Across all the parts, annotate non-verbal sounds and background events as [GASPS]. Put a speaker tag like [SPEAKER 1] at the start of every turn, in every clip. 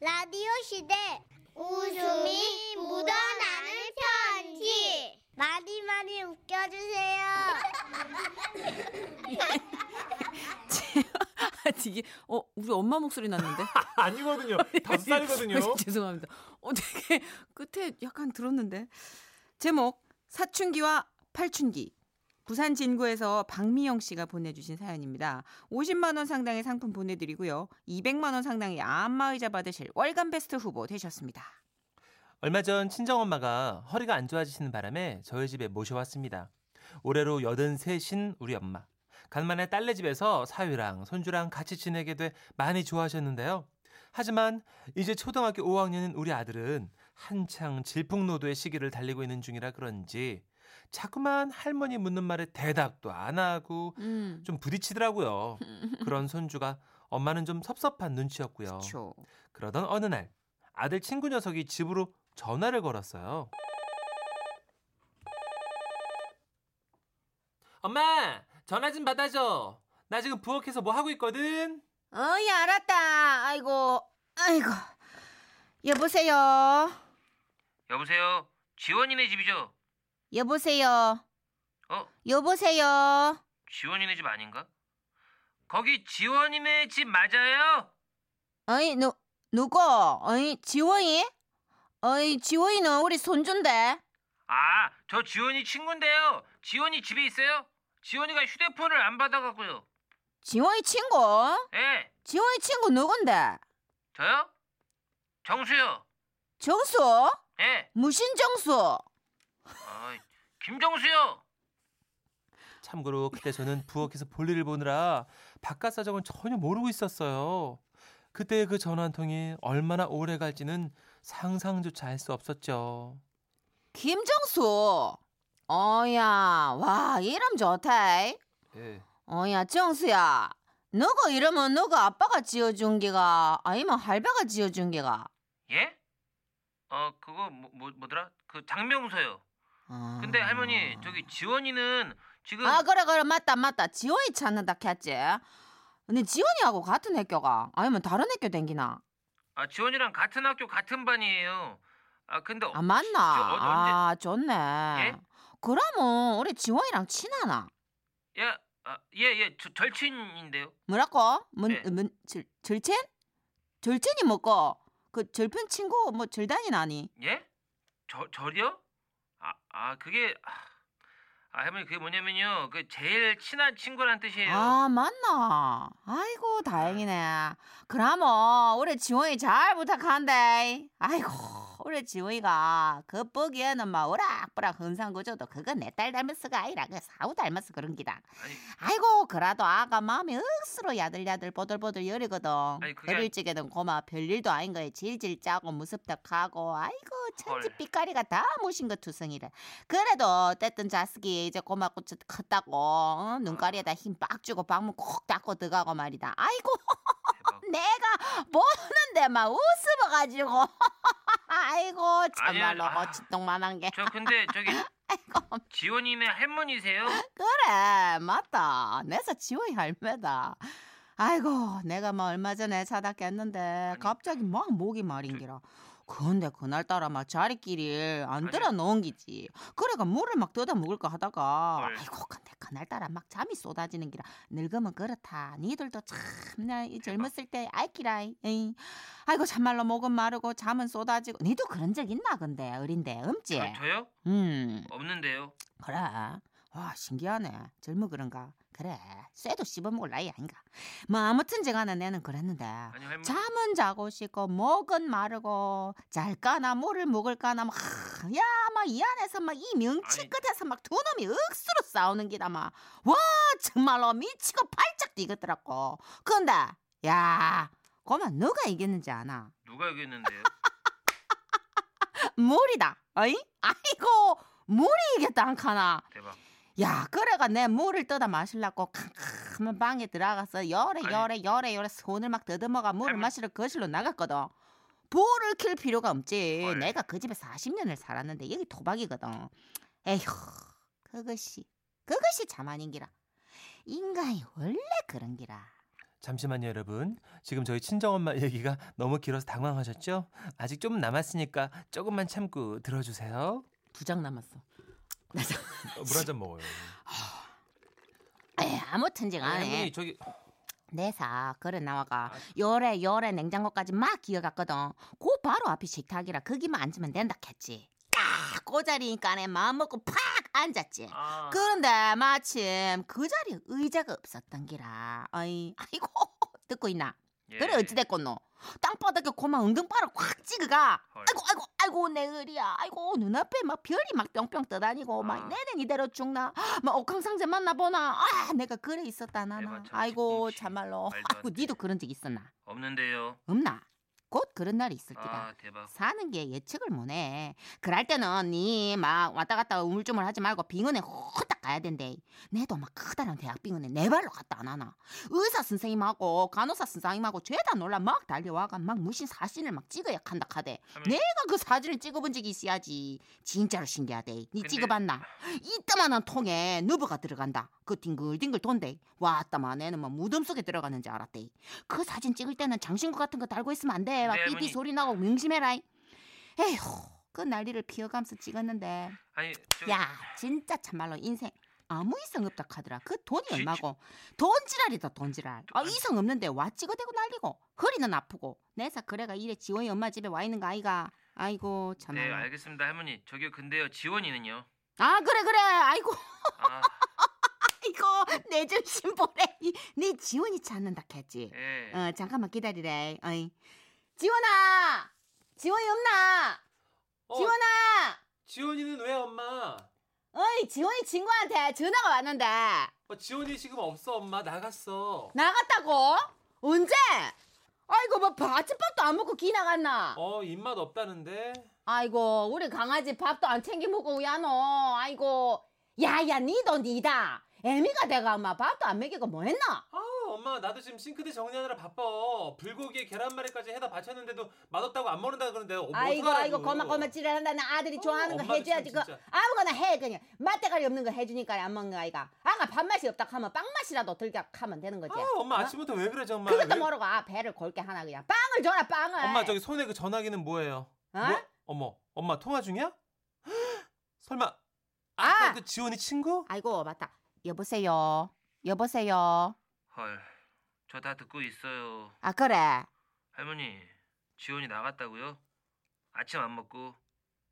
[SPEAKER 1] 라디오 시대 웃음이 묻어나는 편지 많이 많이 [LAUGHS] 웃겨주세요
[SPEAKER 2] 아, [LAUGHS] 이게 어 우리 엄마 목소리
[SPEAKER 3] [LAUGHS]
[SPEAKER 2] 났는데
[SPEAKER 3] 아니거든요. 네,
[SPEAKER 2] [LAUGHS]
[SPEAKER 3] 다섯 살이거든요.
[SPEAKER 2] 죄송합니다. 어 되게 끝에 약간 들었는데 제목 사춘기와 팔춘기 부산 진구에서 박미영 씨가 보내주신 사연입니다. 50만 원 상당의 상품 보내드리고요. 200만 원 상당의 안마의자 받으실 월간 베스트 후보 되셨습니다.
[SPEAKER 3] 얼마 전 친정엄마가 허리가 안 좋아지시는 바람에 저희 집에 모셔왔습니다. 올해로 83신 우리 엄마. 간만에 딸네 집에서 사위랑 손주랑 같이 지내게 돼 많이 좋아하셨는데요. 하지만 이제 초등학교 5학년인 우리 아들은 한창 질풍노도의 시기를 달리고 있는 중이라 그런지 자꾸만 할머니 묻는 말에 대답도 안 하고
[SPEAKER 2] 음,
[SPEAKER 3] 좀 부딪히더라고요. 그런 손주가 엄마는 좀 섭섭한 눈치였고요.
[SPEAKER 2] 그렇죠.
[SPEAKER 3] 그러던 어느 날 아들 친구 녀석이 집으로 전화를 걸었어요. 엄마 전화 좀 받아줘. 나 지금 부엌에서 뭐 하고 있거든.
[SPEAKER 2] 어이 알았다. 아이고 아이고 여보세요.
[SPEAKER 4] 여보세요. 지원이네 집이죠?
[SPEAKER 2] 여보세요.
[SPEAKER 4] 어?
[SPEAKER 2] 여보세요.
[SPEAKER 4] 지원이네 집 아닌가? 거기 지원이네 집 맞아요?
[SPEAKER 2] 어이 누 누구? 어이 지원이? 어이 지원이는 우리 손주인데.
[SPEAKER 4] 아, 저 지원이 친구인데요. 지원이 집에 있어요? 지원이가 휴대폰을 안 받아갖고요.
[SPEAKER 2] 지원이 친구?
[SPEAKER 4] 예,
[SPEAKER 2] 지원이 친구 누군데?
[SPEAKER 4] 저요? 정수요.
[SPEAKER 2] 정수?
[SPEAKER 4] 예,
[SPEAKER 2] 무신 정수?
[SPEAKER 4] 어이, 김정수요.
[SPEAKER 3] 참고로 그때 저는 부엌에서 볼일을 보느라 바깥 사정은 전혀 모르고 있었어요. 그때 그 전화 한 통이 얼마나 오래 갈지는 상상조차 할 수 없었죠.
[SPEAKER 2] 김정수? 어야 와 이름 좋다.
[SPEAKER 3] 예.
[SPEAKER 2] 어야 정수야. 너가 이름은 너가 아빠가 지어준 게가 아니면 할배가 지어준 게가?
[SPEAKER 4] 예? 어, 그거 뭐, 뭐 뭐더라? 그 장명서요.
[SPEAKER 2] 아.
[SPEAKER 4] 근데 할머니, 저기 지원이는 지금
[SPEAKER 2] 아 그래 그래 맞다 맞다 지원이 찾는다 했지 근데 지원이하고 같은 학교가 아니면 다른 학교 댕기나
[SPEAKER 4] 아, 지원이랑 같은 학교 같은 반이에요. 아, 근데
[SPEAKER 2] 아 맞나
[SPEAKER 4] 저 어디-
[SPEAKER 2] 아 좋네
[SPEAKER 4] 예?
[SPEAKER 2] 그러면 우리 지원이랑 친하나
[SPEAKER 4] 야, 아, 예, 예, 저, 절친인데요.
[SPEAKER 2] 뭐라고 문,
[SPEAKER 4] 예.
[SPEAKER 2] 문 절, 절친 절친이 뭐고 그 절편 친구 뭐 절단이 나니
[SPEAKER 4] 예? 저, 절이요? 아, 아, 그게, 아, 아, 할머니, 그게 뭐냐면요. 그 제일 친한 친구란 뜻이에요.
[SPEAKER 2] 아 맞나 아이고 다행이네 그러면 우리 지원이 잘 부탁한대 아이고 우리 지원이가 그 보기에는 막 오락부락 흥상구조도 그거 내 딸 닮았어가 아니라 그 사우 닮았어 그런 기다
[SPEAKER 4] 아니,
[SPEAKER 2] 아이고 그래도 아가 마음이 억수로 야들야들 보들보들 여리거든
[SPEAKER 4] 그게 아니-
[SPEAKER 2] 열일지게는 고마 별일도 아닌 거에 질질 짜고 무섭다 하고 아이고 천지
[SPEAKER 4] 헐.
[SPEAKER 2] 빛깔이가 다 모신 것 투성이래 그래도 어쨌든 자식이 이제 고맙고 저- 컸다고 어?
[SPEAKER 4] 아.
[SPEAKER 2] 눈가리에다 힘 빡 주고 방문 콕 닫고 들어가고 말이다 아이고
[SPEAKER 4] 대박.
[SPEAKER 2] 내가 보는데 막 웃어가지고 [LAUGHS] 아이고 참말로
[SPEAKER 4] 아니, 아.
[SPEAKER 2] 거친똥만한 게 [LAUGHS]
[SPEAKER 4] 저 근데 저기 지원이네 할머니세요?
[SPEAKER 2] 그래 맞다 내서 지원이 할매다 아이고 내가 막 얼마 전에 자다 깼는데
[SPEAKER 4] 아니. 그
[SPEAKER 2] 갑자기 막 목이 마린기라 근데 그날따라 막 자리끼리 안
[SPEAKER 4] 아니.
[SPEAKER 2] 들어 놓은기지 그래가 물을 막 뜯어 먹을까 하다가
[SPEAKER 4] 헐.
[SPEAKER 2] 아이고 근데 그날따라 막 잠이 쏟아지는기라 늙으면 그렇다 니들도 참나 이 젊었을 때 아이끼라이 에이. 아이고 참말로 목은 마르고 잠은 쏟아지고 니도 그런 적 있나 근데 어린데 없지
[SPEAKER 4] 아, 저요?
[SPEAKER 2] 음
[SPEAKER 4] 없는데요.
[SPEAKER 2] 그래. 와 신기하네. 젊어 그런가. 그래. 쇠도 씹어먹을 나이 아닌가. 뭐 아무튼 제가 나 내는 그랬는데
[SPEAKER 4] 아니, 할머니.
[SPEAKER 2] 잠은 자고 싶고 목은 마르고 잘까나 물을 먹을까나 막야막이 안에서 막 이 명치
[SPEAKER 4] 아니.
[SPEAKER 2] 끝에서 막 두 놈이 억수로 싸우는 기다 막. 와 정말로 미치고 팔짝 뛰겠더라고. 근데 야 고만 누가 이겼는지 아나?
[SPEAKER 4] 누가 여기있는데요
[SPEAKER 2] 물이다. 어이? 아이고 물이 이겼다 안 카나.
[SPEAKER 4] 대박.
[SPEAKER 2] 야, 그래가 내 물을 떠다 마실라고 캄캄한 방에 들어가서 열에
[SPEAKER 4] 아니.
[SPEAKER 2] 열에 열에 열에 손을 막 더듬어가 물을
[SPEAKER 4] 할머니.
[SPEAKER 2] 마시러 거실로 나갔거든. 불을 켤 필요가 없지.
[SPEAKER 4] 헐.
[SPEAKER 2] 내가 그 집에 40년을 살았는데 여기 도박이거든. 에휴, 그것이 그것이 자만인기라. 인간이 원래 그런기라.
[SPEAKER 3] 잠시만요, 여러분. 지금 저희 친정엄마 얘기가 너무 길어서 당황하셨죠? 아직 좀 남았으니까 조금만 참고 들어주세요.
[SPEAKER 2] 두 장 남았어.
[SPEAKER 3] 물 한 잔 먹어요.
[SPEAKER 2] 에이, 아무튼 제가
[SPEAKER 3] 아니,
[SPEAKER 2] 네.
[SPEAKER 3] 할머니, 저기
[SPEAKER 2] 내사 그래
[SPEAKER 4] 아.
[SPEAKER 2] 나와가 요래 요래 냉장고까지 막 기어갔거든 그 바로 앞이 식탁이라 거기만 앉으면 된다겠지 딱그 꼬자리니까네 마음먹고 팍 앉았지
[SPEAKER 4] 아,
[SPEAKER 2] 그런데 마침 그 자리에 의자가 없었던 기라 어이 아이고 [LAUGHS] 듣고 있나
[SPEAKER 4] 예.
[SPEAKER 2] 그래 어찌됐건 너 땅바닥에 고만 은근바로 꽉 찍어가
[SPEAKER 4] 헐.
[SPEAKER 2] 아이고 아이고 아이고 내 의리야 아이고 눈앞에 막 별이 막 뿅뿅 떠다니고
[SPEAKER 4] 아.
[SPEAKER 2] 막 내는 이대로 죽나 아, 막 옥황상제 만나보나 아 내가 그래 있었다 나나
[SPEAKER 4] 대박, 참
[SPEAKER 2] 아이고
[SPEAKER 4] 기쁜지.
[SPEAKER 2] 참말로
[SPEAKER 4] 말도 안
[SPEAKER 2] 어, 아이고 네.
[SPEAKER 4] 돼.
[SPEAKER 2] 니도 그런 적 있었나
[SPEAKER 4] 없는데요.
[SPEAKER 2] 없나 곧 그런 날이 있을
[SPEAKER 4] 아
[SPEAKER 2] 기다
[SPEAKER 4] 대박.
[SPEAKER 2] 사는 게 예측을 못해 그럴 때는 니 막 왔다 갔다 우물쭈물 하지 말고 빙은에 후딱 가야 된대 내도 막 커다란 대학 빙은에 네 발로 갔다 안 하나 의사 선생님하고 간호사 선생님하고 죄다 놀라 막 달려와가 막 무신 사진을 막 찍어야 한다 카대
[SPEAKER 4] 할머니,
[SPEAKER 2] 내가 그 사진을 찍어본 적이 있어야지 진짜로 신기하대 니
[SPEAKER 4] 근데-
[SPEAKER 2] 찍어봤나 이따만한 통에 누브가 들어간다 그 뒹글뒹글 돈대 왔다마 내는 막 무덤 속에 들어가는 줄 알았대 그 사진 찍을 때는 장신구 같은 거 달고 있으면 안돼막
[SPEAKER 4] 네,
[SPEAKER 2] 삐삐
[SPEAKER 4] 할머니.
[SPEAKER 2] 소리 나고 명심해라 에휴 그 난리를 피어가면서 찍었는데
[SPEAKER 4] 아니 저기 네,
[SPEAKER 2] 야 진짜 참말로 인생 아무 이상 없다 카더라 그 돈이
[SPEAKER 4] 지-
[SPEAKER 2] 얼마고 돈지랄이다 돈지랄 아
[SPEAKER 4] 아니.
[SPEAKER 2] 이상 없는데 와 찍어대고 날리고 허리는 아프고 내사 그래가 이래 지원이 엄마 집에 와 있는 거 아이가 아이고
[SPEAKER 4] 네
[SPEAKER 2] 참말로
[SPEAKER 4] 알겠습니다 할머니. 저기 근데요
[SPEAKER 2] [LAUGHS]
[SPEAKER 4] 지원이는요.
[SPEAKER 2] 아 그래 그래 아이고 [LAUGHS]
[SPEAKER 4] 아
[SPEAKER 2] 아이고 내좀 신보래 이- 네 지원이 찾는다 했지
[SPEAKER 4] 예.
[SPEAKER 2] 어 잠깐만 기다리래 어이 지원아 지원이 없나 지원아
[SPEAKER 3] 지원이는 왜 엄마?
[SPEAKER 2] 어이 지원이 친구한테 전화가 왔는데
[SPEAKER 3] 어, 지원이 지금 없어, 엄마. 나갔어.
[SPEAKER 2] 나갔다고? 언제? 아이고 뭐 아침밥도 안 먹고 기 나갔나?
[SPEAKER 3] 어, 입맛 없다는데.
[SPEAKER 2] 아이고 우리 강아지 밥도 안 챙겨 먹고 야노 아이고 야야 니도니다 애미가 내가 엄마 밥도 안 먹이고 뭐 했나?
[SPEAKER 3] 아, 엄마 나도 지금 싱크대 정리하느라 바빠. 불고기에 계란말이까지 해다 바쳤는데도 맛없다고 안 먹는다 그러는데. 어, 뭐
[SPEAKER 2] 아이고
[SPEAKER 3] 어떡하라고. 어,
[SPEAKER 2] 아이고 고마 고마 지랄한다 나 아들이 좋아하는 거
[SPEAKER 3] 엄마도
[SPEAKER 2] 해줘야지 그
[SPEAKER 3] 참 진짜.
[SPEAKER 2] 아무거나 해 그냥 맛대가리 없는 거 해주니까 안 먹는 거 아이가 아가 밥맛이 없다 하면 빵맛이라도 들게 하면 되는 거지
[SPEAKER 3] 아, 엄마
[SPEAKER 2] 어?
[SPEAKER 3] 아침부터 왜 그래 정말.
[SPEAKER 2] 그것도
[SPEAKER 3] 왜-
[SPEAKER 2] 모르고 아 배를 골게 하나 그냥 빵을 줘라 빵을
[SPEAKER 3] 엄마 저기 손에 그 전화기는 뭐예요?
[SPEAKER 2] 어?
[SPEAKER 3] 뭐? 어머, 엄마 통화 중이야? [GASPS] 설마 아까
[SPEAKER 2] 아!
[SPEAKER 3] 그 지원이 친구?
[SPEAKER 2] 아이고 맞다 여보세요 여보세요
[SPEAKER 4] 헐. 저 다 듣고 있어요.
[SPEAKER 2] 아 그래
[SPEAKER 4] 할머니 지원이 나갔다고요? 아침 안 먹고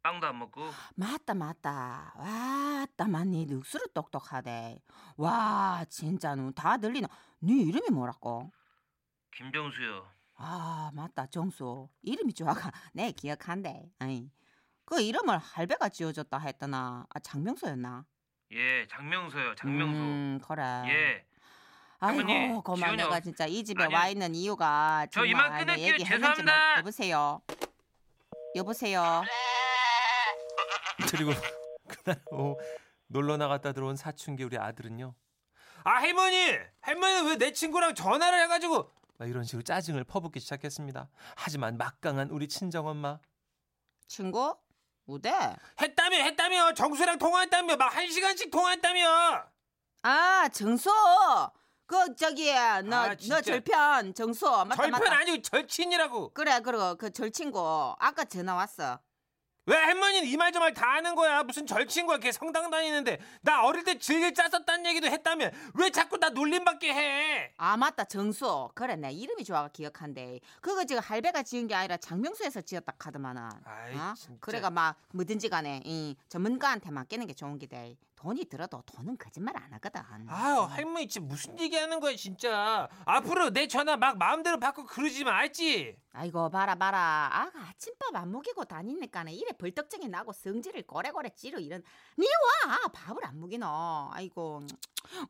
[SPEAKER 4] 빵도 안 먹고
[SPEAKER 2] 맞다 맞다 왔다 맞니 늑수로 똑똑하대 와 진짜 눈다 들리나 네 이름이 뭐라고
[SPEAKER 4] 김정수요.
[SPEAKER 2] 아 맞다 정수 이름이 좋아가 [LAUGHS] 내 기억한대 아이 그 이름을 할배가 지어줬다 했더나 아 장명수였나
[SPEAKER 4] 예 장명수요 장명수.
[SPEAKER 2] 음, 그래
[SPEAKER 4] 예. 할머니,
[SPEAKER 2] 아이고 고마
[SPEAKER 4] 지훈이
[SPEAKER 2] 내가
[SPEAKER 4] 없-
[SPEAKER 2] 진짜 이 집에
[SPEAKER 4] 아니요.
[SPEAKER 2] 와 있는 이유가
[SPEAKER 4] 저 이만
[SPEAKER 2] 정말 내
[SPEAKER 4] 끊을게요.
[SPEAKER 2] 얘기 했는지
[SPEAKER 4] 죄송합니다.
[SPEAKER 2] 모- 여보세요 여보세요 아!
[SPEAKER 3] 그리고 [LAUGHS] 그날 오후 놀러 나갔다 들어온 사춘기 우리 아들은요. 아 할머니, 할머니는 왜 내 친구랑 전화를 해가지고 막 이런 식으로 짜증을 퍼붓기 시작했습니다. 하지만 막강한 우리 친정 엄마
[SPEAKER 2] 친구 우대
[SPEAKER 3] 했다며 했다며 정수랑 통화했다며 막 한 시간씩 통화했다며.
[SPEAKER 2] 아 정수 그 저기 너
[SPEAKER 3] 아,
[SPEAKER 2] 너
[SPEAKER 3] 진짜.
[SPEAKER 2] 절편 정수 맞다
[SPEAKER 3] 절편
[SPEAKER 2] 맞다
[SPEAKER 3] 아니고 절친이라고.
[SPEAKER 2] 그래 그리고 그 절친구 아까 전화 왔어
[SPEAKER 3] 왜 할머니는 이 말 저 말 다 하는 거야? 무슨 절친과 걔 성당 다니는데 나 어릴 때 질질 짰었다는 얘기도 했다며 왜 자꾸 나 놀림받게 해?
[SPEAKER 2] 아 맞다 정수 그래 내 이름이 좋아가 기억한대 그거 지금 할배가 지은 게 아니라 장명수에서 지었다 카드만은 어?
[SPEAKER 3] 아이, 진짜.
[SPEAKER 2] 그래가 막 뭐든지 간에 이 전문가한테 맡기는 게 좋은 기대 돈이 들어도 돈은 거짓말 안 하거든 어.
[SPEAKER 3] 아유 할머니 지금 무슨 얘기하는 거야 진짜 앞으로 내 전화 막 마음대로 받고 그러지 마 알지?
[SPEAKER 2] 아이고 봐라 봐라 아가 아침밥 안 먹이고 다니니까는 이래 벌떡증이 나고 성질을 고래고래 찌르 이런 니와 밥을 안 먹이노 아이고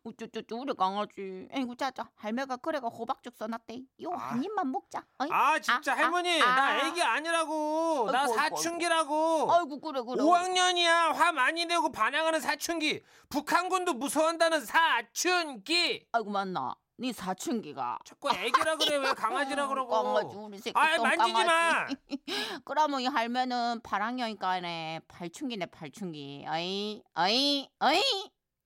[SPEAKER 2] 우쭈쭈쭈 우리 강아지 아이고 자자 할매가 그래가 호박죽 써놨대 요
[SPEAKER 3] 아.
[SPEAKER 2] 한 입만 먹자 어이
[SPEAKER 3] 아 진짜
[SPEAKER 2] 아, 아,
[SPEAKER 3] 할머니
[SPEAKER 2] 아.
[SPEAKER 3] 나 애기 아니라고 나
[SPEAKER 2] 아이고, 아이고, 아이고.
[SPEAKER 3] 사춘기라고
[SPEAKER 2] 아이고 그래 그래
[SPEAKER 3] 5학년이야 화 많이 내고 반항하는 사춘기 북한군도 무서워한다는 사춘기
[SPEAKER 2] 아이고 맞나 네 사춘기가
[SPEAKER 3] 자꾸 애기라 그래 왜
[SPEAKER 5] 어,
[SPEAKER 3] 강아지라 그러고
[SPEAKER 2] [LAUGHS] 강아지 우리 새끼
[SPEAKER 3] 아
[SPEAKER 2] 똥
[SPEAKER 3] 만지지 마
[SPEAKER 2] 강아지 그러면 이 할매는 파랑이니까네 팔춘기네 팔춘기 어이 어이 어이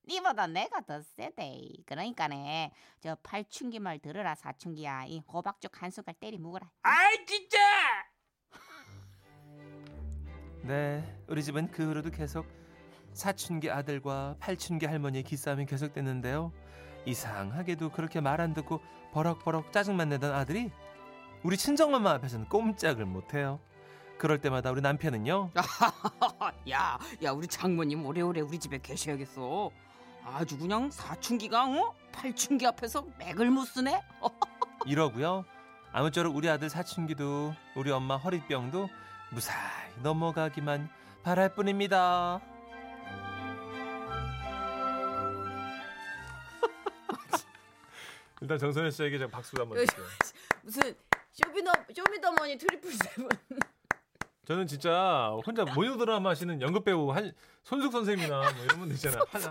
[SPEAKER 5] 니보다 내가 더 세대. 그러니까네 저 팔춘기 말 들으라 사춘기야. 이 호박죽 한 숟갈 때리 묵어라.
[SPEAKER 3] 아이 진짜!
[SPEAKER 6] 네, 우리 집은 그 후로도 계속 사춘기 아들과 팔춘기 할머니의 기싸움이 계속됐는데요. 이상하게도 그렇게 말 안 듣고 버럭버럭 짜증만 내던 아들이 우리 친정엄마 앞에서는 꼼짝을 못해요. 그럴 때마다 우리 남편은요.
[SPEAKER 5] [LAUGHS] 야, 야 우리 장모님 오래오래 우리 집에 계셔야겠어. 아주 그냥 사춘기가 어? 팔춘기 앞에서 맥을 못 쓰네.
[SPEAKER 6] 이러고요. 아무쪼록 우리 아들 사춘기도 우리 엄마 허리병도 무사히 넘어가기만 바랄 뿐입니다.
[SPEAKER 7] [LAUGHS] 일단 정선혜 씨에게 제가 박수 한번 드릴게요.
[SPEAKER 2] [LAUGHS] 무슨 쇼미더 쇼미더머니 트리플 세븐.
[SPEAKER 7] 저는 진짜 혼자 모노드라마 하시는 연극 배우 한 손숙 선생님이나 뭐 이런 분들 있잖아요. 한,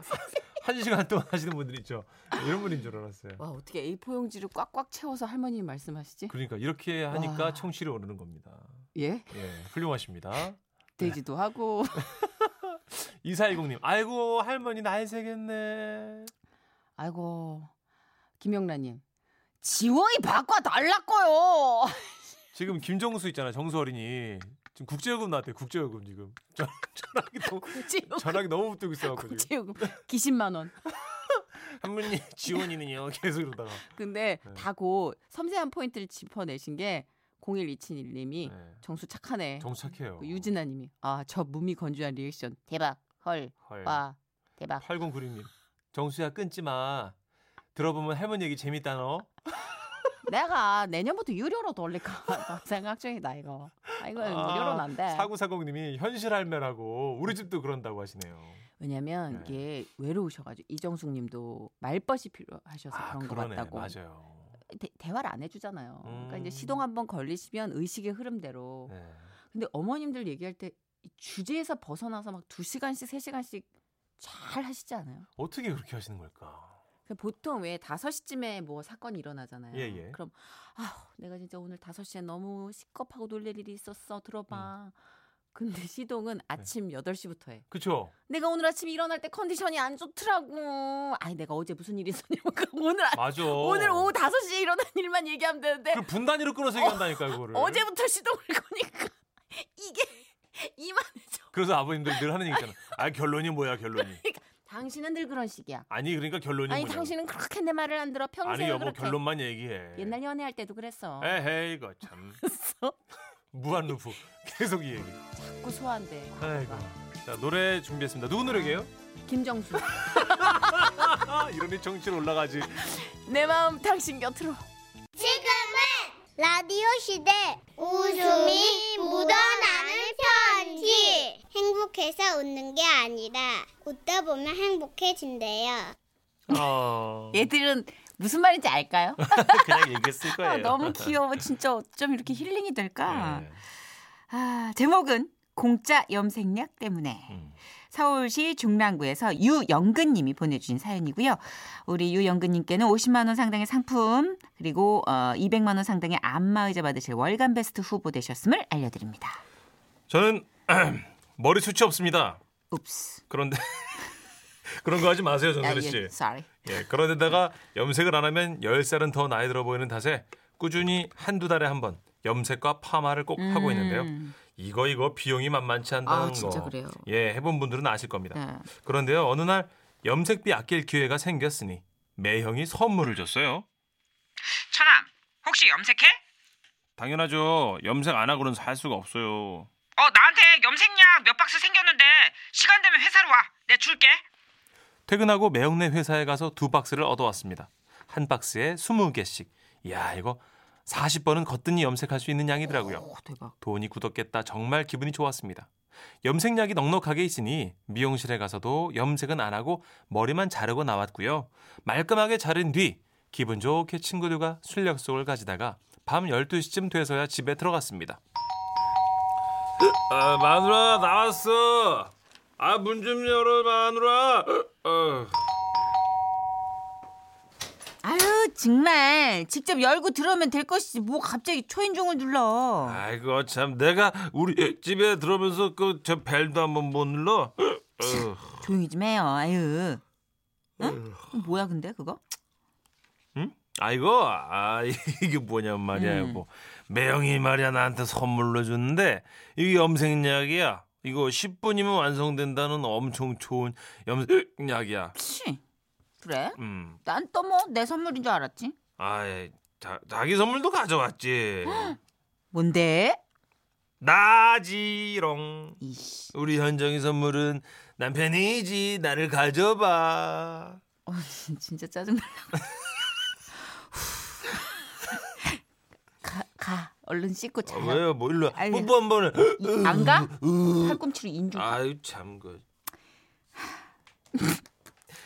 [SPEAKER 7] 한 시간 동안 하시는 분들 있죠. 이런 분인 줄 알았어요.
[SPEAKER 2] 와 어떻게 A4 용지를 꽉꽉 채워서 할머님 말씀하시지?
[SPEAKER 7] 그러니까 이렇게 하니까
[SPEAKER 2] 와.
[SPEAKER 7] 청실이 오르는 겁니다.
[SPEAKER 2] 예?
[SPEAKER 7] 예, 훌륭하십니다.
[SPEAKER 2] 되지도 하고. [LAUGHS]
[SPEAKER 7] 이사이공님, 아이고 할머니 나이 세겠네.
[SPEAKER 2] 아이고 김영란님 지원이 바꿔 달라고요. [LAUGHS]
[SPEAKER 7] 지금 김정수 있잖아, 정수 어린이. 지금 국제요금 나왔대, 국제요금 지금. [LAUGHS] 전, 전화기 너무
[SPEAKER 2] 국제요금.
[SPEAKER 7] 전화기 너무 붙들고 있어갖고 지금.
[SPEAKER 2] 국제요금 기십만 원.
[SPEAKER 7] 할머니 지원이는요, 계속 이러다가.
[SPEAKER 2] 근데
[SPEAKER 7] 네.
[SPEAKER 2] 다고 섬세한 포인트를 짚어내신 게 01271님이
[SPEAKER 7] 네,
[SPEAKER 2] 정수 착하네.
[SPEAKER 7] 정착해요.
[SPEAKER 2] 그 유진아님이 아 저 무미 건조한 리액션 대박 헐
[SPEAKER 7] 헐.
[SPEAKER 2] 와 대박.
[SPEAKER 7] 8096님.
[SPEAKER 6] 정수야 끊지 마. 들어보면 할머니 얘기 재밌다 너.
[SPEAKER 2] 내가 내년부터 유료로 돌릴까 [LAUGHS] 생각 중이다 이거. 아 이거 무료로는 안 돼.
[SPEAKER 7] 4940님이 현실 할매라고 우리 집도 그런다고 하시네요.
[SPEAKER 2] 왜냐면
[SPEAKER 7] 네.
[SPEAKER 2] 이게 외로우셔가지고 이정숙님도 말벗이 필요하셔서 그런 것
[SPEAKER 7] 아, 그러네.
[SPEAKER 2] 같다고
[SPEAKER 7] 맞아요.
[SPEAKER 2] 대, 화를안 해주잖아요. 그러니까
[SPEAKER 7] 음.
[SPEAKER 2] 이제 시동 한번 걸리시면 의식의 흐름대로.
[SPEAKER 7] 네.
[SPEAKER 2] 근데 어머님들 얘기할 때이 주제에서 벗어나서 막 두 시간씩 세 시간씩 잘 하시지 않아요?
[SPEAKER 7] 어떻게 그렇게 하시는 걸까?
[SPEAKER 2] 그 보통 왜 다섯 시쯤에 뭐 사건이 일어나잖아요.
[SPEAKER 7] 예, 예.
[SPEAKER 2] 그럼 아 내가 진짜 오늘 다섯 시에 너무 시겁하고 놀릴 일이 있었어
[SPEAKER 7] 음.
[SPEAKER 2] 들어봐. 근데 [LAUGHS]
[SPEAKER 7] 네.
[SPEAKER 2] 시동은 아침 여덟 시부터 해.
[SPEAKER 7] 그쵸?
[SPEAKER 2] 내가 오늘 아침 일어날 때 컨디션이 안 좋더라고. 아니 내가 어제 무슨 일이 있었냐고 [LAUGHS] 그럼 오늘 아,
[SPEAKER 7] 맞아.
[SPEAKER 2] 오늘 오후 5시에 일어난 일만 얘기하면 되는데
[SPEAKER 7] 그 분단위로 끊어서 얘기한다니까 그거를.
[SPEAKER 2] 어제부터 시동을 [LAUGHS] 거니까 이게 이만해져.
[SPEAKER 7] 그래서 아버님들 늘 하는 얘기 있잖아. 아 결론이 뭐야 결론이.
[SPEAKER 2] 당신은 늘 그런 식이야.
[SPEAKER 7] 아니 그러니까 결론이
[SPEAKER 2] 아니
[SPEAKER 7] 뭐냐.
[SPEAKER 2] 당신은 그렇게 내 말을 안 들어 평생
[SPEAKER 7] 아니 여보
[SPEAKER 2] 그렇게
[SPEAKER 7] 뭐
[SPEAKER 2] 네.
[SPEAKER 7] 결론만 네. 얘기해.
[SPEAKER 2] 옛날 연애할 때도 그랬어.
[SPEAKER 7] 에헤이 이거 참. 무한 루프 [LAUGHS] 계속 이 얘기.
[SPEAKER 2] 자꾸 소환돼.
[SPEAKER 7] 아이고. 자 노래 준비했습니다. 누구 노래게요?
[SPEAKER 2] 김정수.
[SPEAKER 7] 아 이러니 정신 올라가지.
[SPEAKER 2] [LAUGHS] 내 마음 당신 곁으로.
[SPEAKER 1] 지금은 라디오 시대 웃음이 묻어나는 편지 행복해서 웃는 게 아니라 웃다 보면 행복해진대요
[SPEAKER 7] 아,
[SPEAKER 6] 어,
[SPEAKER 2] 얘들은 무슨 말인지 알까요?
[SPEAKER 6] 그냥 얘기했을 거예요.
[SPEAKER 2] 예. 아, 너무 귀여워. 진짜 어쩜 이렇게 힐링이 될까?
[SPEAKER 7] 네. 네.
[SPEAKER 5] 아, 제목은 공짜 염색약 때문에
[SPEAKER 7] 음.
[SPEAKER 5] 서울시 중랑구에서 유영근 님이 보내주신 사연이고요. 우리 유영근 님께는 50만 원 상당의 상품 그리고 어, 200만 원 상당의 안마의자 받으실 월간 베스트 후보 되셨음을 알려드립니다.
[SPEAKER 7] 저는 [CLEARS THROAT] 머리 수치 없습니다.
[SPEAKER 5] 읍스.
[SPEAKER 7] 그런데 [LAUGHS] 그런 거 하지 마세요 정선혜 씨.
[SPEAKER 2] sorry.
[SPEAKER 7] 예, 그런데다가 염색을 안 하면 10살은 더 나이 들어 보이는 탓에 꾸준히 한두 달에 한 번 염색과 파마를 꼭 하고 있는데요. 이거 이거 비용이 만만치 않다는
[SPEAKER 2] 음. 아, 진짜
[SPEAKER 7] 거.
[SPEAKER 2] 그래요.
[SPEAKER 7] 예, 해본 분들은 아실 겁니다.
[SPEAKER 2] 네.
[SPEAKER 7] 그런데요, 어느 날 염색비 아낄 기회가 생겼으니 매형이 선물을 줬어요.
[SPEAKER 4] 천암 혹시 염색해?
[SPEAKER 7] 당연하죠. 염색 안 하고는 살 수가 없어요.
[SPEAKER 4] 어 나한테 염색약 몇 박스 생겼는데 시간 되면 회사로 와. 내가 줄게.
[SPEAKER 7] 퇴근하고 매형네 회사에 가서 두 박스를 얻어왔습니다. 한 박스에 20개씩. 이야, 이거 40번은 거뜬히 염색할 수 있는 양이더라고요.
[SPEAKER 2] 오, 대박.
[SPEAKER 7] 돈이 굳었겠다 정말 기분이 좋았습니다. 염색약이 넉넉하게 있으니 미용실에 가서도 염색은 안 하고 머리만 자르고 나왔고요. 말끔하게 자른 뒤 기분 좋게 친구들과 술 약속을 가지다가 밤 12시쯤 돼서야 집에 들어갔습니다. 아, 마누라 나왔어. 아, 문 좀 열어 마누라. 어.
[SPEAKER 5] 아유 정말 직접 열고 들어오면 될 것이지 뭐 갑자기 초인종을 눌러.
[SPEAKER 7] 아이고 참 내가 우리 집에 들어오면서 그 저 벨도 한번 못 눌러.
[SPEAKER 5] 조용히 좀 해요. 아유.
[SPEAKER 2] 어, 뭐야 근데 그거?
[SPEAKER 7] 아이고, [LAUGHS] 아 이게 뭐냐 말이야
[SPEAKER 2] 음.
[SPEAKER 7] 이거. 매형이 말이야 나한테 선물로 줬는데 이게 염색약이야. 이거 10분이면 완성된다는 엄청 좋은 염색약이야.
[SPEAKER 2] 치. 그래?
[SPEAKER 7] 음,
[SPEAKER 2] 난 또 뭐 내 선물인 줄 알았지.
[SPEAKER 7] 아이 자, 자기 선물도 가져왔지.
[SPEAKER 2] 뭔데?
[SPEAKER 7] 나지롱.
[SPEAKER 2] 이씨.
[SPEAKER 7] 우리 현정이 선물은 남편이지 나를 가져봐.
[SPEAKER 2] 어, [LAUGHS] 진짜 짜증나. [LAUGHS] 가, 가. 얼른 씻고 자.
[SPEAKER 7] 아, 왜요? 뭐 일로 와.
[SPEAKER 2] 아니,
[SPEAKER 7] 뽀뽀 한 번에.
[SPEAKER 2] 이- 안 가? 팔꿈치로 인중.
[SPEAKER 7] 아유 참 그.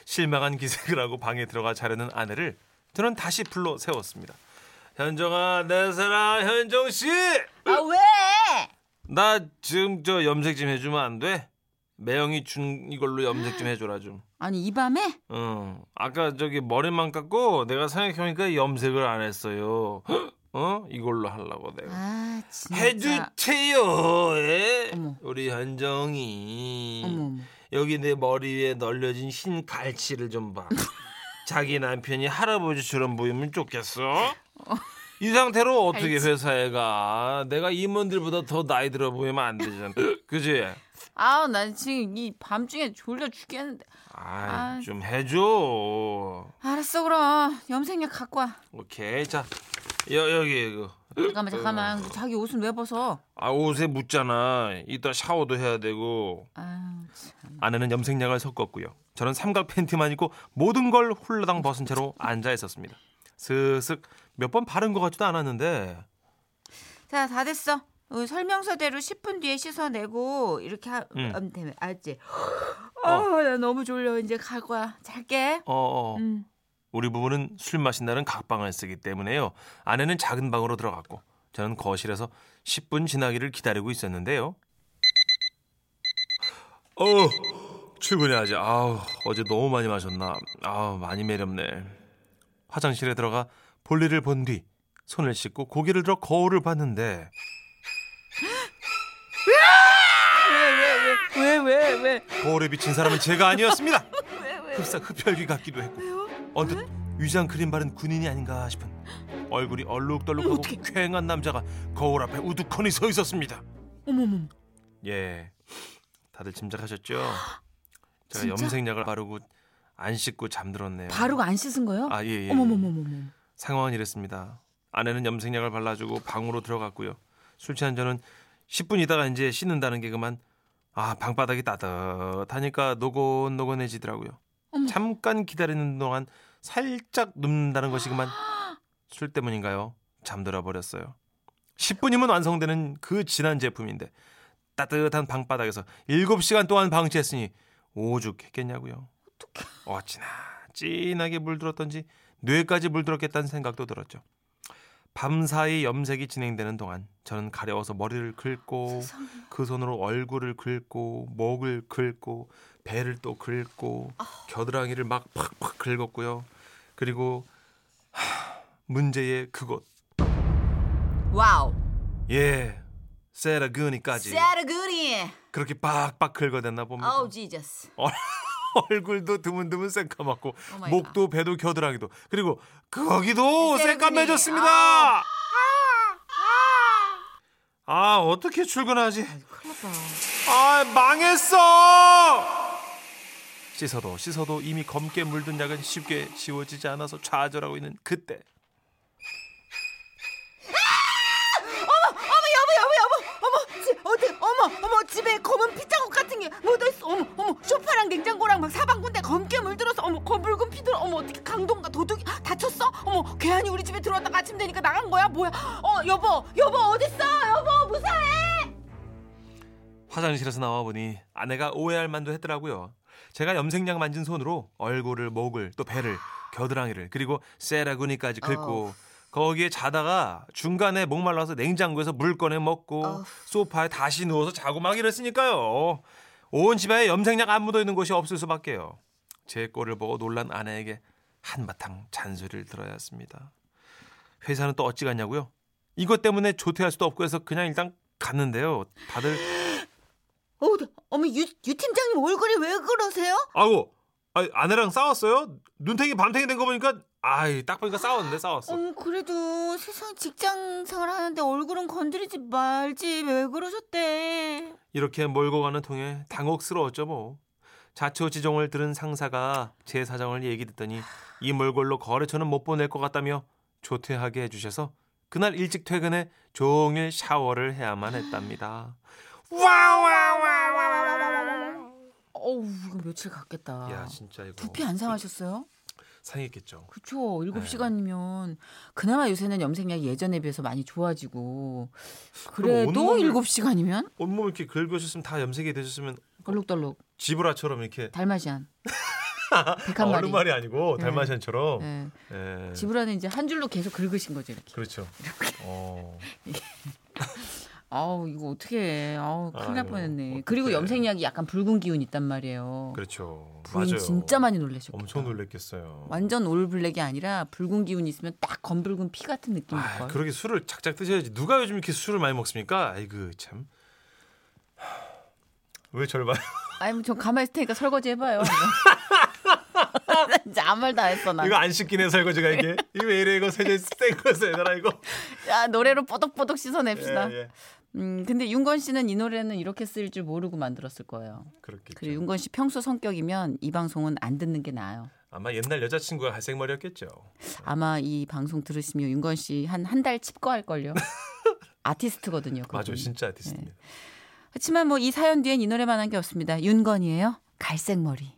[SPEAKER 7] 실망한 기색을 하고 방에 들어가 자려는 아내를 저는 다시 불러 세웠습니다. 현정아 내 사랑 현정 씨.
[SPEAKER 2] 아 왜?
[SPEAKER 7] 나 지금 저 염색 좀 해주면 안 돼? 매형이 준 이걸로 염색 좀 해줘라 좀.
[SPEAKER 2] 아니 이 밤에?
[SPEAKER 7] 응. 어. 아까 저기 머리만 깎고 내가 생각해보니까 염색을 안 했어요. 헉, 어? 이걸로 하려고 내가.
[SPEAKER 2] 아 진짜.
[SPEAKER 7] 해주세요. 예?
[SPEAKER 2] 어머.
[SPEAKER 7] 우리 현정이
[SPEAKER 2] 어머 어머.
[SPEAKER 7] 여기 내 머리 위에 널려진 흰 갈치를 좀
[SPEAKER 2] [LAUGHS]
[SPEAKER 7] 봐. 자기 남편이 할아버지처럼 보이면 좋겠어. 이 상태로 어떻게
[SPEAKER 2] 갈치.
[SPEAKER 7] 회사에 가? 내가 임원들보다 더 나이 들어 보이면 안 되잖아. 그지?
[SPEAKER 5] 아우 난 지금 이 밤중에 졸려 죽겠는데.
[SPEAKER 7] 아,
[SPEAKER 5] 아이.
[SPEAKER 7] 좀 해줘.
[SPEAKER 5] 알았어 그럼 염색약 갖고 와.
[SPEAKER 7] 오케이 자 여, 여기 이거
[SPEAKER 5] 잠깐만 잠깐만. 근데 자기 옷은 왜 벗어?
[SPEAKER 7] 아 옷에 묻잖아 이따 샤워도 해야 되고
[SPEAKER 5] 아유.
[SPEAKER 7] 아내는 염색약을 섞었고요 저는 삼각 팬티만 입고 모든 걸 홀라당 벗은 채로 앉아 있었습니다 슥슥 몇 번 바른 것 같지도 않았는데
[SPEAKER 2] 자 다 됐어. 어, 설명서대로 10분 뒤에 씻어내고 이렇게 하-
[SPEAKER 7] 음.
[SPEAKER 2] 하면 되면 알지?
[SPEAKER 5] 어,
[SPEAKER 2] 아나 너무 졸려 이제 갈 거야. 잘게.
[SPEAKER 7] 어어
[SPEAKER 5] 음.
[SPEAKER 7] 우리 부부는 술 마신다는 각방을 쓰기 때문에요 아내는 작은 방으로 들어갔고 저는 거실에서 10분 지나기를 기다리고 있었는데요 어 출근해야지 아우 어제 너무 많이 마셨나 아우 많이 매렵네 화장실에 들어가 볼일을 본 뒤 손을 씻고 고개를 들어 거울을 봤는데
[SPEAKER 5] 왜 왜 왜?
[SPEAKER 7] 거울에 비친 사람은 제가 아니었습니다. 흡사 흡혈귀 같기도 했고 언뜻 위장 크림 바른 군인이 아닌가 싶은 얼굴이 얼룩덜룩하고 쾌행한 남자가 거울 앞에 우두커니 서 있었습니다.
[SPEAKER 5] 어머머.
[SPEAKER 7] 예, 다들 짐작하셨죠? 제가
[SPEAKER 5] 진짜?
[SPEAKER 7] 염색약을 바르고 안 씻고 잠들었네요.
[SPEAKER 5] 바르고 안 씻은 거예요?
[SPEAKER 7] 아 예, 예.
[SPEAKER 5] 어머머머머머.
[SPEAKER 7] 상황은 이랬습니다. 아내는 염색약을 발라주고 방으로 들어갔고요. 술 취한 저는 10분 있다가 이제 씻는다는 게 그만 아 방바닥이 따뜻하니까 노곤노곤해지더라고요.
[SPEAKER 5] 어머.
[SPEAKER 7] 잠깐 기다리는 동안 살짝 눕는다는 것이
[SPEAKER 5] [GASPS]
[SPEAKER 7] 그만 술 때문인가요? 잠들어 버렸어요. 10분이면 완성되는 그 진한 제품인데 따뜻한 방바닥에서 7시간 동안 방치했으니 오죽했겠냐고요. 어찌나 진하게 물들었던지 뇌까지 물들었겠다는 생각도 들었죠. 밤사이 염색이 진행되는 동안 저는 가려워서 머리를 긁고 그 손으로 얼굴을 긁고 목을 긁고 배를 또 긁고 겨드랑이를 막 팍팍 긁었고요. 그리고 하, 문제의 그곳
[SPEAKER 5] 와우.
[SPEAKER 7] 예 세라그니까지
[SPEAKER 5] 세르그리.
[SPEAKER 7] 그렇게 빡빡 긁어댔나 봅니다.
[SPEAKER 5] 어우 지저스.
[SPEAKER 7] [LAUGHS] 얼굴도 드문드문 새까맣고
[SPEAKER 5] Oh my
[SPEAKER 7] 목도 배도 겨드랑이도 그리고 거기도
[SPEAKER 5] 세레머니.
[SPEAKER 7] 새까매졌습니다. 아 어떻게 출근하지?
[SPEAKER 5] 큰일 났다.
[SPEAKER 7] 아 망했어. 씻어도 씻어도 이미 검게 물든 약은 쉽게 지워지지 않아서 좌절하고 있는 그때
[SPEAKER 5] 어머 여보 여보 여보 어머 지, 어디 어머 어머 집에 검은 피자국 같은 게 묻어있어 어머 어머 소파랑 냉장고랑 막 사방군데 검게 물들어서 어머 검 붉은 피들 어머 어떻게 강동과 도둑이 아, 다쳤어 어머 괴한이 우리 집에 들어왔다가 아침 되니까 나간 거야 뭐야 어 여보 여보 어딨어 여보 무사해
[SPEAKER 7] 화장실에서 나와 보니 아내가 오해할 만도 했더라고요. 제가 염색약 만진 손으로 얼굴을, 목을, 또 배를, 겨드랑이를 그리고 세라구니까지 긁고 거기에 자다가 중간에 목말라서 냉장고에서 물 꺼내 먹고 소파에 다시 누워서 자고 막 이랬으니까요. 온 집안에 염색약 안 묻어 있는 곳이 없을 수밖에요. 제 꼴을 보고 놀란 아내에게 한바탕 잔소리를 들어야 했습니다. 회사는 또 어찌 갔냐고요? 이것 때문에 조퇴할 수도 없고 해서 그냥 일단 갔는데요. 다들
[SPEAKER 2] 어, 네.
[SPEAKER 5] 어머 유, 유 팀장님 얼굴이 왜 그러세요
[SPEAKER 7] 아고 아, 아내랑 싸웠어요? 눈탱이 밤탱이 된 거 보니까 아이 딱 보니까 싸웠는데 싸웠어.
[SPEAKER 2] 어머 음, 그래도 세상 직장 생활하는데 얼굴은 건드리지 말지 왜 그러셨대?
[SPEAKER 7] 이렇게 몰고 가는 통에 당혹스러웠죠 뭐. 자초지종을 들은 상사가 제 사정을 얘기 듣더니 이 몰골로 거래처는 못 보낼 것 같다며 조퇴하게 해주셔서 그날 일찍 퇴근해 종일 샤워를 해야만 했답니다. 와와와와와와.
[SPEAKER 2] 어우 이거 며칠 갔겠다.
[SPEAKER 7] 야 진짜 이거 그
[SPEAKER 2] 두피 안 상하셨어요?
[SPEAKER 7] 상했겠죠.
[SPEAKER 2] 그쵸.
[SPEAKER 7] 네.
[SPEAKER 2] 7시간이면 그나마 요새는 염색약이 예전에 비해서 많이 좋아지고
[SPEAKER 7] 그럼
[SPEAKER 2] 그래도
[SPEAKER 7] 온몸을-
[SPEAKER 2] 일곱 시간이면
[SPEAKER 7] 온몸 이렇게 긁으셨으면 다 염색이 되셨으면
[SPEAKER 2] 얼룩덜룩
[SPEAKER 7] 지브라처럼 이렇게
[SPEAKER 2] [LAUGHS] 달마시안
[SPEAKER 7] 아,
[SPEAKER 2] 백한 마리.
[SPEAKER 7] 얼음말이 아니고
[SPEAKER 2] 네.
[SPEAKER 7] 달마시안처럼.
[SPEAKER 2] 네.
[SPEAKER 7] 예.
[SPEAKER 2] 지브라는 이제 한 줄로 계속 긁으신 거죠 이렇게.
[SPEAKER 7] 그렇죠. 어.
[SPEAKER 2] 아우 이거 어떻게 해. 아우 큰일 날
[SPEAKER 7] 아유,
[SPEAKER 2] 뻔했네.
[SPEAKER 7] 어떡해.
[SPEAKER 2] 그리고 염색약이 약간 붉은 기운 이 있단 말이에요.
[SPEAKER 7] 그렇죠.
[SPEAKER 2] 부인
[SPEAKER 7] 맞아요.
[SPEAKER 2] 진짜 많이 놀라셨겠다.
[SPEAKER 7] 엄청 놀랬겠어요.
[SPEAKER 2] 완전 올블랙이 아니라 붉은 기운이 있으면 딱 검붉은 피 같은 느낌일
[SPEAKER 7] 아,
[SPEAKER 2] 걸.
[SPEAKER 7] 그러게 술을 작작 드셔야지. 누가 요즘 이렇게 술을 많이 먹습니까? 아이고 참. 왜 저를 봐?
[SPEAKER 2] 아니 뭐전 가만히 있을 테니까 설거지 해봐요.
[SPEAKER 7] [LAUGHS]
[SPEAKER 2] [LAUGHS] 이제 아무 말도 안 했어 나.
[SPEAKER 7] 이거 안 씻긴 해서 이거
[SPEAKER 2] [LAUGHS]
[SPEAKER 7] 제가 이게 이거 왜 이래 이거 세제 쌩거서 얘들아 이거.
[SPEAKER 2] 야, 노래로 뽀독뽀독 씻어냅시다.
[SPEAKER 7] 예, 예.
[SPEAKER 2] 음 근데 윤건 씨는 이 노래는 이렇게 쓰일 줄 모르고 만들었을 거예요.
[SPEAKER 7] 그렇겠죠.
[SPEAKER 2] 그리고 윤건 씨 평소 성격이면 이 방송은 안 듣는 게 나아요.
[SPEAKER 7] 아마 옛날 여자친구가 갈색 머리였겠죠.
[SPEAKER 2] 아마 이 방송 들으시면 윤건 씨 한 한 달 칩거할
[SPEAKER 7] [LAUGHS]
[SPEAKER 2] 걸요. 아티스트거든요. 그분.
[SPEAKER 7] 맞아요, 진짜
[SPEAKER 2] 네.
[SPEAKER 7] 아티스트입니다.
[SPEAKER 2] 그렇지만 뭐 이 사연 뒤엔 이 노래만한 게 없습니다. 윤건이에요. 갈색 머리.